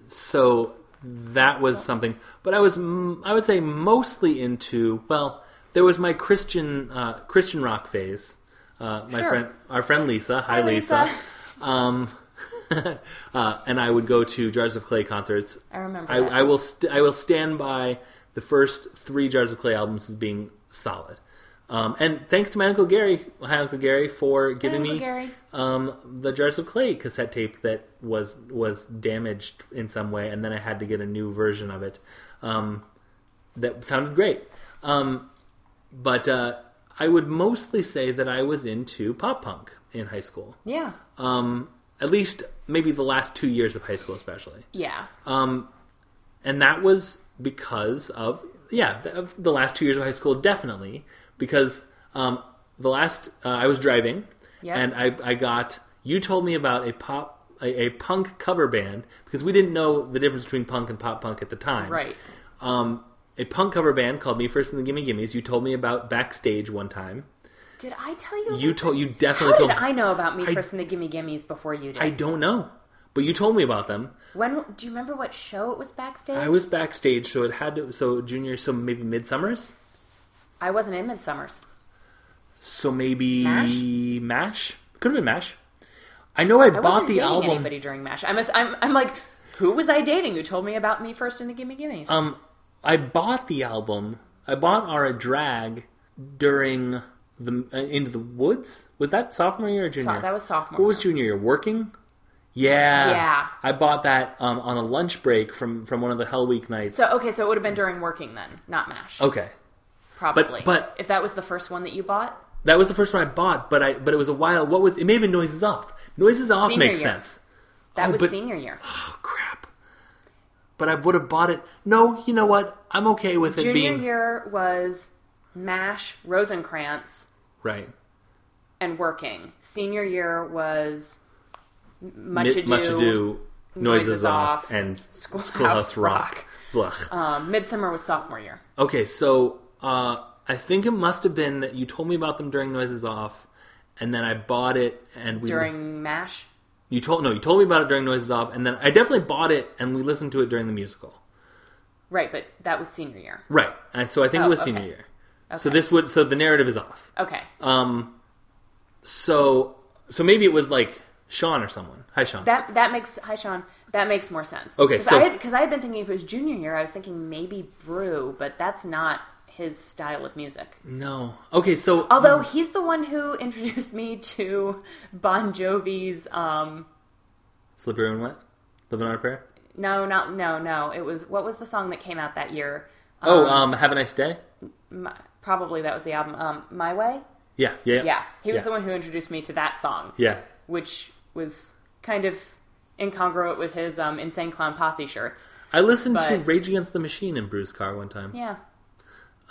C: so that was something but i was m- i would say mostly into well there was my christian uh, christian rock phase uh, my
B: Sure.
C: friend our friend lisa hi,
B: Hi,
C: lisa,
B: Lisa.
C: Um, uh, and i would go to jars of clay concerts
B: I remember
C: i,
B: that.
C: I will st- i will stand by the first three jars of clay albums as being solid um, and thanks to my uncle gary hi uncle gary for giving
B: Uncle
C: me
B: Gary.
C: um, the jars of clay cassette tape that was was damaged in some way, and then I had to get a new version of it. Um, that sounded great, um, but uh, I would mostly say that I was into pop punk in high school.
B: yeah.
C: Um, at least maybe the last two years of high school, especially,
B: Yeah.
C: Um, and that was because of yeah the, of the last two years of high school, definitely because um, the last uh, I was driving
B: Yeah.
C: and I, I got you told me about a pop a, a punk cover band because we didn't know the difference between punk and pop punk at the time.
B: right.
C: Um, a punk cover band called Me First and the Gimme Gimmes. You told me about backstage one time.
B: Did I tell you?
C: You told you definitely
B: How
C: told
B: did I know about me
C: I-
B: first and the Gimme Gimmes before you did?
C: I don't know, but you told me about them.
B: when do you remember what show it was backstage?
C: I was backstage, so it had to so junior, so maybe midsummers,
B: I wasn't in Midsummer's.
C: so maybe
B: Mash?
C: Mash? Could have been Mash. I know I,
B: I
C: bought
B: wasn't
C: the
B: dating
C: album.
B: anybody during Mash. I'm, I'm, I'm like, who was I dating? Who told me about me first in the Gimme Gimmes?
C: Um, I bought the album. I bought Our a Drag during the uh, Into the Woods. Was that sophomore year or junior?
B: that was sophomore
C: What was junior year? Working. Yeah.
B: Yeah.
C: I bought that um, on a lunch break from from one of the Hell Week nights.
B: so oh. okay, so it would have been during working then, not Mash.
C: okay.
B: probably.
C: Oh, but-
B: if that was the first one that you bought,
C: That was the first one I bought, but I but it was a while. What was it? May have been Noises Off. Noises Off
B: Senior
C: makes
B: year.
C: sense.
B: that
C: Oh,
B: was
C: but-
B: senior year.
C: Oh crap! But I would have bought it. No, you know what? I'm okay with it
B: Junior
C: being
B: year was Mash, Rosencrantz,
C: right.
B: and working. Senior year was M- much
C: Mi-
B: ado,
C: much ado, noises,
B: Noises
C: off,
B: Off,
C: and
B: Schoolhouse
C: schoolhouse rock. Blech.
B: Um, Midsummer was sophomore year.
C: okay, so uh, I think it must have been that you told me about them during noises off, and then I bought it, and we
B: During Mash,
C: you told no, you told me about it during noises off, and then I definitely bought it, and we listened to it during the musical.
B: right? But that was senior year.
C: Right, and so I think it
B: Oh,
C: was
B: okay.
C: senior year. So this would so the narrative is off.
B: Okay,
C: Um, so so maybe it was like Sean or someone. Hi, Sean.
B: that that makes hi Sean. That makes more sense.
C: Okay,
B: because
C: so-
B: I because I had been thinking if it was junior year, I was thinking maybe Brew, but that's not his style of music.
C: no. Okay, so
B: Although he's the one who *laughs* introduced me to Bon Jovi's. Um,
C: slippery and wet. Living on a prayer.
B: no, not no, no. It was what was the song that came out that year?
C: Oh, um, have a nice day.
B: My, probably that was the album. Um, My Way.
C: Yeah, yeah,
B: Yeah, he was
C: yeah.
B: the one who introduced me to that song,
C: Yeah,
B: which was kind of incongruent with his um, Insane Clown Posse shirts.
C: I listened to
B: But-
C: Rage Against the Machine in Bruce Car one time.
B: Yeah,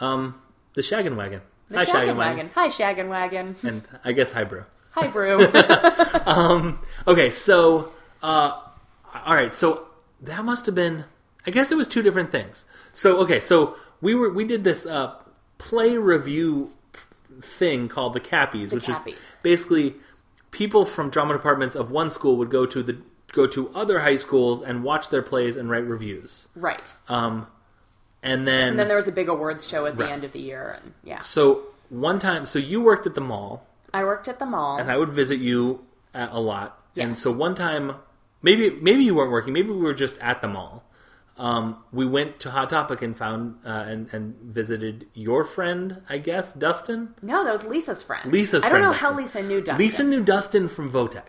C: Um, the Shaggin' Wagon.
B: the Shaggin' Wagon. Hi, Shaggin' Wagon.
C: And I guess Hi Bro. *laughs*
B: Hi, Brew.
C: Okay, so uh, all right, so that must have been. I guess it was two different things. So okay, so we were we did this uh, play review thing called the Cappies, which is
B: Cappies.
C: basically people from drama departments of one school would go to the go to other high schools and watch their plays and write reviews.
B: right.
C: Um, And
B: and then there was a big awards show at the end of the year, and yeah,
C: So one time, so you worked at the mall,
B: I worked at the mall.
C: and I would visit you at, a lot. And
B: Yes.
C: so one time, maybe maybe you weren't working, maybe we were just at the mall. Um, we went to Hot Topic and found uh, and and visited your friend, I guess, Dustin.
B: No, that was Lisa's friend.
C: Lisa's
B: I don't
C: friend,
B: know
C: Dustin.
B: how Lisa knew Dustin.
C: Lisa knew Dustin from Votech.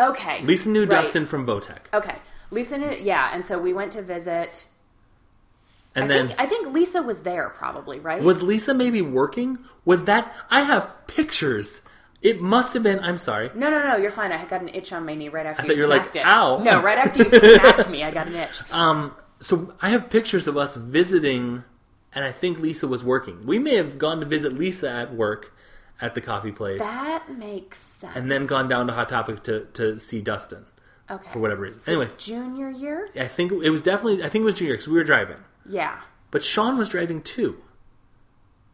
B: Okay.
C: Lisa knew
B: Right.
C: Dustin from Votech,
B: Okay. Lisa knew. Yeah, and so we went to visit.
C: and
B: I
C: then
B: think I think Lisa was there probably, right?
C: was Lisa maybe working? Was that I have pictures? It must have been. I'm sorry.
B: No, no, no. You're fine. I got an itch on my knee right after
C: I
B: you
C: thought you were like,
B: smacked it.
C: "Ow."
B: No, right after
C: *laughs*
B: you smacked me, I got an itch.
C: So I have pictures of us visiting, and I think Lisa was working. We may have gone to visit Lisa at work at the coffee place,
B: that makes sense.
C: and then gone down to Hot Topic to, to see Dustin
B: okay.
C: for whatever reason.
B: This is
C: Anyways,
B: junior year.
C: I think it was definitely I think it was junior because we were driving,
B: Yeah,
C: but Sean was driving too.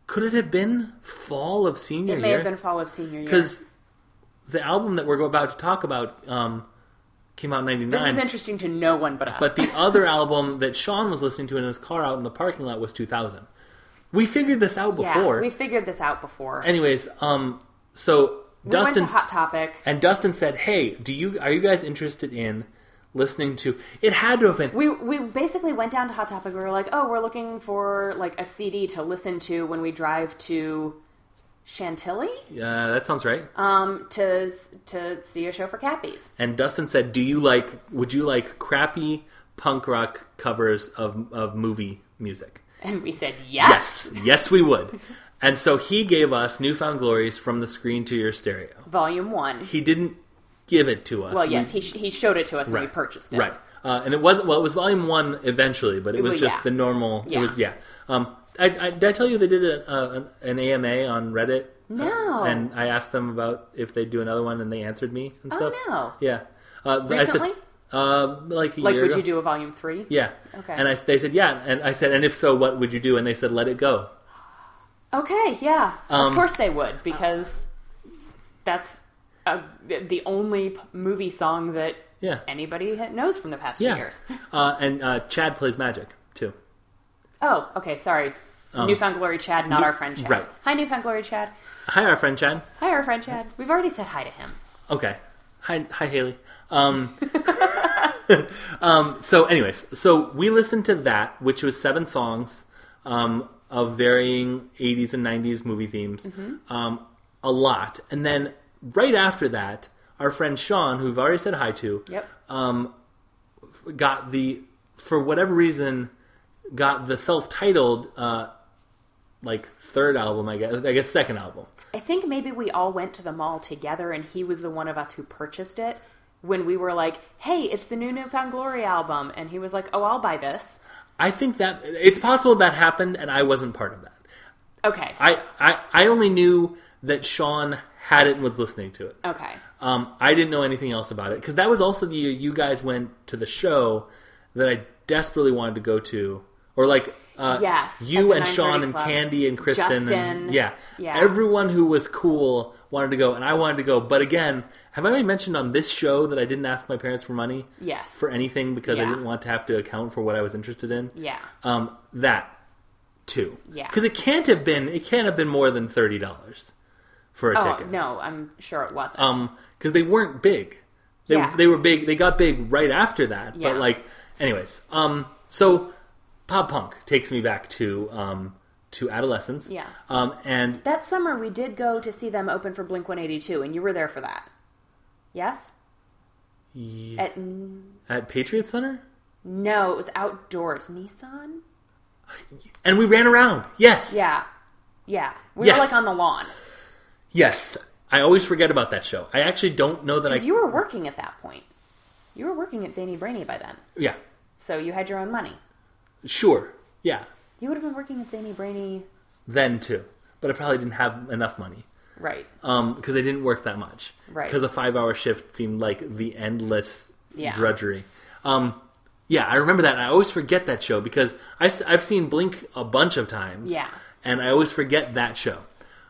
C: Could it have been fall of senior
B: it may
C: year?
B: have been fall of senior year.
C: because the album that we're about to talk about um, came out in '99.
B: This is interesting to no one but us.
C: But the
B: *laughs*
C: other album that Sean was listening to in his car out in the parking lot was 2000. We figured this out
B: yeah,
C: before.
B: we figured this out before.
C: Anyways, um, so
B: we
C: Dustin
B: went to Hot Topic.
C: and Dustin said, "Hey, do you are you guys interested in listening to?" It had to have been. uh,
B: We we basically went down to Hot Topic. We were like, oh, we're looking for like a CD to listen to when we drive to Chantilly
C: Uh, that sounds right.
B: um, to s- to see a show for Cappies. *laughs*
C: and Dustin said, "Do you like? Would you like crappy punk rock covers of of movie music?"
B: And we said yes.
C: Yes, yes, we would. and so he gave us "Newfound Glories" from the screen to your stereo.
B: Volume one.
C: He didn't give it to us.
B: Well,
C: We-
B: yes, he sh- he showed it to us when we
C: Right.
B: purchased it.
C: Right. Uh, and it wasn't, well, it was volume one eventually, but it was
B: Well,
C: just
B: yeah.
C: the normal. It
B: Yeah.
C: was, yeah. Um, I, I, did I tell you they did a, a, an AMA on Reddit? Uh,
B: No.
C: and I asked them about if they'd do another one, and they answered me and
B: Oh,
C: stuff.
B: no.
C: Yeah. Uh, th- I said-
B: Recently?
C: uh, like a
B: Like,
C: year
B: would
C: ago.
B: you do a volume three?
C: Yeah.
B: Okay.
C: And I, they said, yeah. And I said, and if so, what would you do? And they said, let it go.
B: Okay, yeah.
C: Um,
B: of course they would because that's uh the only p- movie song that
C: Yeah.
B: anybody ha- knows from the past
C: yeah.
B: two years.
C: Uh, and uh, Chad plays magic too.
B: Oh, okay, sorry. Newfound Glory Chad, not our friend Chad.
C: Um, right.
B: Hi, Newfound Glory Chad.
C: Hi, our friend Chad.
B: Hi, our friend Chad. We've already said hi to him.
C: Okay. Hi, hi, Haley. Um, *laughs* um, so, anyways, so we listened to that, which was seven songs um, of varying '80s and '90s movie themes, um, a lot. And then right after that, our friend Sean, who we've already said hi to,
B: Yep.
C: um, f- got the for whatever reason got the self-titled uh, like third album, I guess, I guess second album.
B: I think maybe we all went to the mall together and he was the one of us who purchased it when we were like, hey, it's the new Newfound Glory album. And he was like, oh, I'll buy this.
C: I think that it's possible that happened, and I wasn't part of that.
B: Okay.
C: I I, I only knew that Sean had it and was listening to it.
B: okay.
C: Um, I didn't know anything else about it because that was also the year you guys went to the show that I desperately wanted to go to, or like uh,
B: Yes, at
C: you
B: the
C: and
B: 930
C: Sean and
B: Club.
C: Candy and Kristen,
B: Justin.
C: and yeah,
B: Yeah.
C: everyone who was cool wanted to go, and I wanted to go. But again, have I already mentioned on this show that I didn't ask my parents for money?
B: Yes.
C: for anything because I
B: Yeah.
C: didn't want to have to account for what I was interested in.
B: Yeah.
C: Um, that too.
B: Yeah.
C: Because it can't have been. It can't have been more than thirty dollars for a
B: Oh,
C: ticket.
B: no, I'm sure it wasn't.
C: Um, because they weren't big. They
B: Yeah.
C: they were big. They got big right after that.
B: Yeah.
C: But like, anyways. Um. So, pop punk takes me back to um to adolescence.
B: Yeah.
C: Um. And
B: That summer, we did go to see them open for Blink 182, and you were there for that. Yes? At,
C: at Patriot Center.
B: no, it was outdoors. Nissan?
C: And we ran around. Yes.
B: Yeah. Yeah. We
C: Yes.
B: were like on the lawn.
C: Yes. I always forget about that show. I actually don't know that I.
B: Because you were working at that point. You were working at Zany Brainy by then.
C: yeah.
B: So you had your own money.
C: Sure. Yeah.
B: You would have been working at Zany Brainy.
C: Then too. But I probably didn't have enough money.
B: Right.
C: um because they didn't work that much
B: Right.
C: because a five hour shift seemed like the endless
B: Yeah.
C: drudgery um yeah i remember that and i always forget that show because I, have seen blink a bunch of times
B: Yeah.
C: and i always forget that show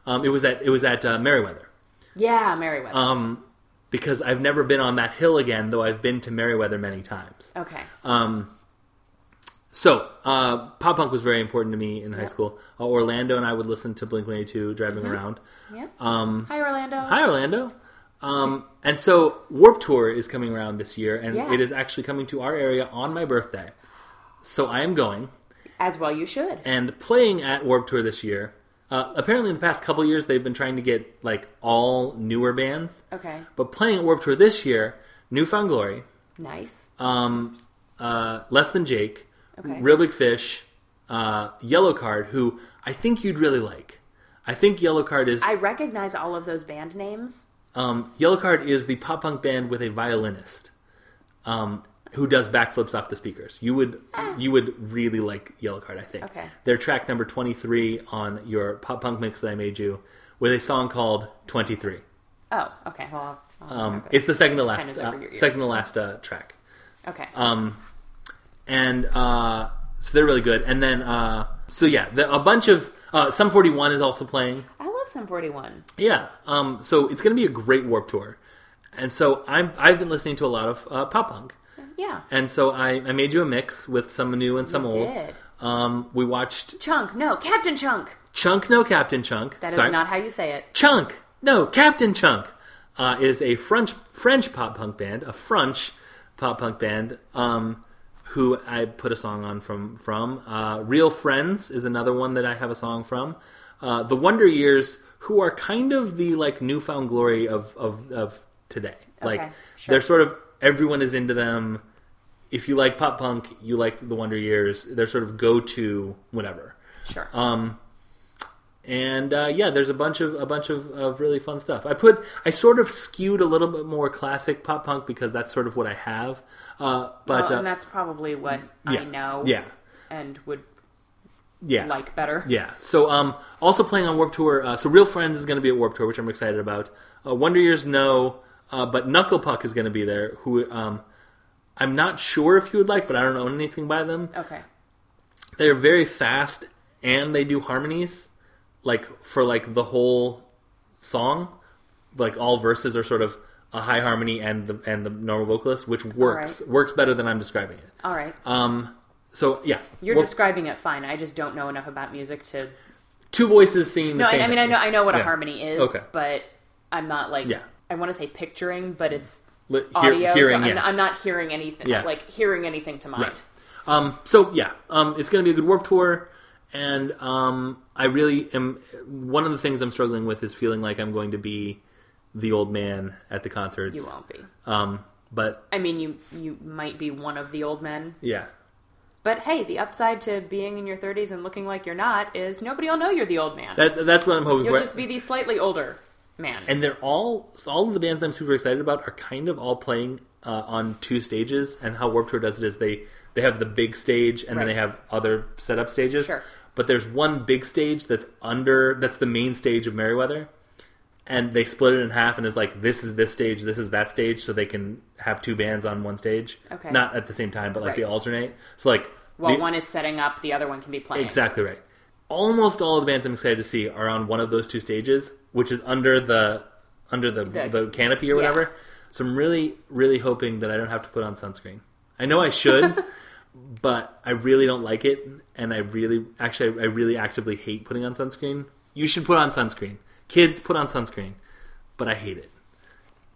C: um it was at it was at uh, merriweather
B: Yeah, Merriweather.
C: Um, because i've never been on that hill again though i've been to merriweather many times
B: okay.
C: so uh pop punk was very important to me in high school uh, orlando and i would listen to blink 182
B: Mm-hmm.
C: driving around
B: yeah. Um, Hi, Orlando.
C: Hi, Orlando. Um, and so Warp Tour is coming around this year, and
B: Yeah.
C: it is actually coming to our area on my birthday. So I am going
B: As well you should.
C: and playing at Warp Tour this year. Uh, apparently, in the past couple years, they've been trying to get like all newer bands.
B: Okay.
C: But playing at Warp Tour this year, Newfound Glory,
B: Nice.
C: uh, Less Than Jake,
B: Okay.
C: Real Big Fish, uh, Yellow Card, who I think you'd really like. I think Yellow Card is
B: I recognize all of those band names.
C: Um, Yellow Card is the pop punk band with a violinist um, who does backflips off the speakers. You would you would really like Yellow Card, I think.
B: Ah. Okay.
C: Their track number twenty three on your pop punk mix that I made you with a song called Twenty Three.
B: Oh, okay. Well, I'll, I'll
C: Um,
B: remember that.
C: it's the second to last
B: Pen is over
C: uh,
B: your ear.
C: second to last uh, track,
B: Okay.
C: and uh, so they're really good. And then uh, so yeah, the, a bunch of uh, Sum Forty One is also playing.
B: I love love Sum 41.
C: Yeah. Um, so it's going to be a great warp tour. And so I'm, I've been listening to a lot of uh, pop punk.
B: Yeah.
C: And so I, I made you a mix with some new and some
B: You
C: old.
B: did.
C: Um, we watched
B: Chunk. No, Captain Chunk.
C: Chunk No Captain Chunk.
B: That is
C: Sorry.
B: not how you say it.
C: Chunk No Captain Chunk uh, is a French French pop punk band, a French pop punk band. Um, who I put a song on from from uh, Real Friends is another one that I have a song from. Uh, the Wonder Years, who are kind of the like newfound glory of of, of today. like
B: sure.
C: they're sort of everyone is into them. If you like pop punk, you like the Wonder Years. They're sort of go to whatever
B: Sure.
C: and uh, yeah, there's a bunch of a bunch of, of really fun stuff. I put I sort of skewed a little bit more classic pop punk because that's sort of what I have. Uh, but
B: well, and
C: uh,
B: that's probably what
C: yeah,
B: I know
C: yeah,
B: and would
C: yeah,
B: like better.
C: yeah. So um, also playing on Warp Tour. Uh, so Real Friends is going to be at Warp Tour, which I'm excited about. Uh, Wonder Years, no, uh, but Knuckle Puck is going to be there. Who um, I'm not sure if you would like, but I don't own anything by them.
B: Okay.
C: they're very fast and they do harmonies like for like the whole song like all verses are sort of a high harmony and the and the normal vocalist which works
B: right.
C: works better than i'm describing it
B: All right.
C: um so yeah
B: You're
C: Well,
B: describing it fine. I just don't know enough about music to.
C: two voices singing the
B: No,
C: same
B: I, I mean I
C: thing.
B: know I know what a
C: Yeah.
B: harmony is,
C: Okay.
B: but I'm not like
C: Yeah.
B: I want to say picturing, but it's
C: Li- hear-
B: audio.
C: hearing
B: so I'm,
C: yeah.
B: I'm not hearing anything.
C: Yeah.
B: Like hearing anything to mind.
C: Right. Um, so yeah, um, it's going to be a good warp tour, and um, I really am. One of the things I'm struggling with is feeling like I'm going to be the old man at the concerts.
B: You won't be.
C: Um, but
B: I mean, you you might be one of the old men,
C: yeah,
B: but hey, the upside to being in your 30s and looking like you're not is nobody will know you're the old man.
C: that, that's what I'm hoping
B: You'll
C: for.
B: just be the slightly older man.
C: and they're all so all of the bands I'm super excited about are kind of all playing uh, on two stages. And how Warp Tour does it is they they have the big stage and
B: Right.
C: then they have other setup stages.
B: Sure.
C: But there's one big stage that's under that's the main stage of Merriweather, and they split it in half and is like this is this stage, this is that stage, so they can have two bands on one stage.
B: Okay.
C: Not at the same time, but like they
B: Right.
C: alternate. So like
B: While
C: the-
B: one is setting up, the other one can be playing.
C: Exactly right. Almost all of the bands I'm excited to see are on one of those two stages, which is under the under the the,
B: The-
C: canopy or whatever. So I'm really really hoping that I don't have to put on sunscreen. I know I
B: *laughs*
C: should, but I really don't like it, and I really actually I really actively hate putting on sunscreen. You should put on sunscreen, kids. Put on sunscreen, but I hate it.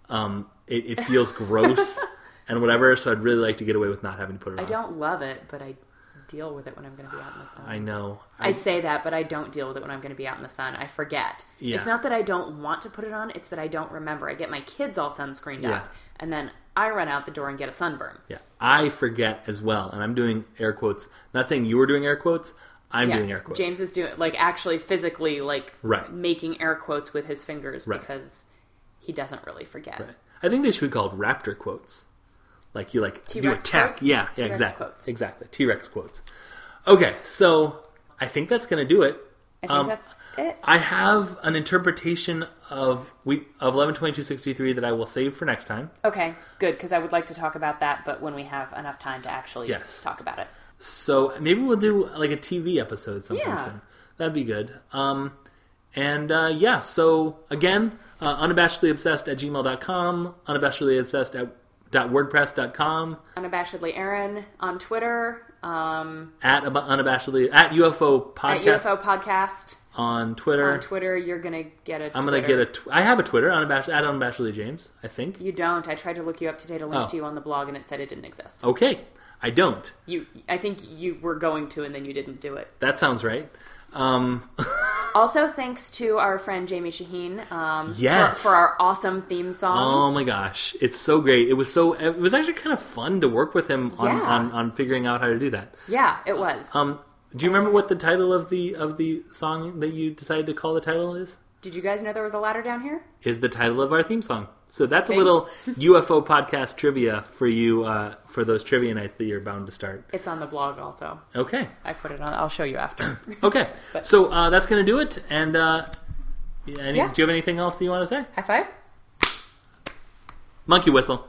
C: Um, it, it
B: *laughs*
C: feels gross and whatever. So I'd really like to get away with not having to put it on.
B: I don't love it, but I deal with it when I'm going to be out in the sun.
C: I know.
B: I say that, but I don't deal with it when I'm going to be out in the sun. I forget.
C: Yeah.
B: It's not that I don't want to put it on; it's that I don't remember. I get my kids all sunscreened
C: Yeah.
B: up, and then I run out the door and get a sunburn.
C: Yeah, I forget as well, and I'm doing air quotes. Not saying you were doing air quotes. I'm doing air quotes.
B: James is doing like actually physically like
C: Right.
B: making air quotes with his fingers
C: Right.
B: because he doesn't really forget.
C: I think they should be called raptor quotes. Like you like do a
B: T-Rex
C: tap.
B: quotes?
C: Yeah, yeah,
B: T-Rex
C: exactly,
B: quotes.
C: exactly. T-Rex quotes. Okay, so I think that's gonna do it.
B: I think
C: Um,
B: that's it.
C: I have an interpretation of we of eleven twenty two sixty three that I will save for next time.
B: Okay, good because I would like to talk about that, but when we have enough time to actually
C: Yes.
B: talk about it.
C: So maybe we'll do like a TV episode sometime
B: Yeah.
C: soon. That'd be good. Um, and uh, yeah, so again, uh, unabashedly obsessed at gmail.com, unabashedly obsessed at dot wordpress.com
B: Unabashedly Aaron on Twitter, um,
C: at ab- unabashedly at UFO
B: at
C: podcast
B: UFO Podcast
C: on Twitter.
B: on Twitter. You're gonna get a.
C: I'm gonna get a. Tw- I have a Twitter unabashed at unabashedly James. I think.
B: You don't. I tried to look you up today to link
C: Oh.
B: to you on the blog, and it said it didn't exist.
C: Okay, I don't.
B: You, I think you were going to, and then you didn't do it.
C: That sounds right. Um,
B: Also, thanks to our friend Jamie Shaheen um,
C: Yes.
B: for, for our awesome theme song.
C: Oh my gosh, it's so great! It was so it was actually kind of fun to work with him on
B: Yeah.
C: on, on figuring out how to do that.
B: yeah, it was.
C: Oh. Um, do you remember what the title of the of the song that you decided to call the title is?
B: Did you guys know there was a ladder down here?
C: Is the title of our theme song. So that's a little UFO podcast trivia for you uh, for those trivia nights that you're bound to start.
B: It's on the blog also.
C: Okay,
B: I put it on. I'll show you
C: *clears throat*
B: after.
C: okay. so uh, that's gonna do it. And uh, any,
B: Yeah.
C: do you have anything else you want to say?
B: High five.
C: Monkey whistle.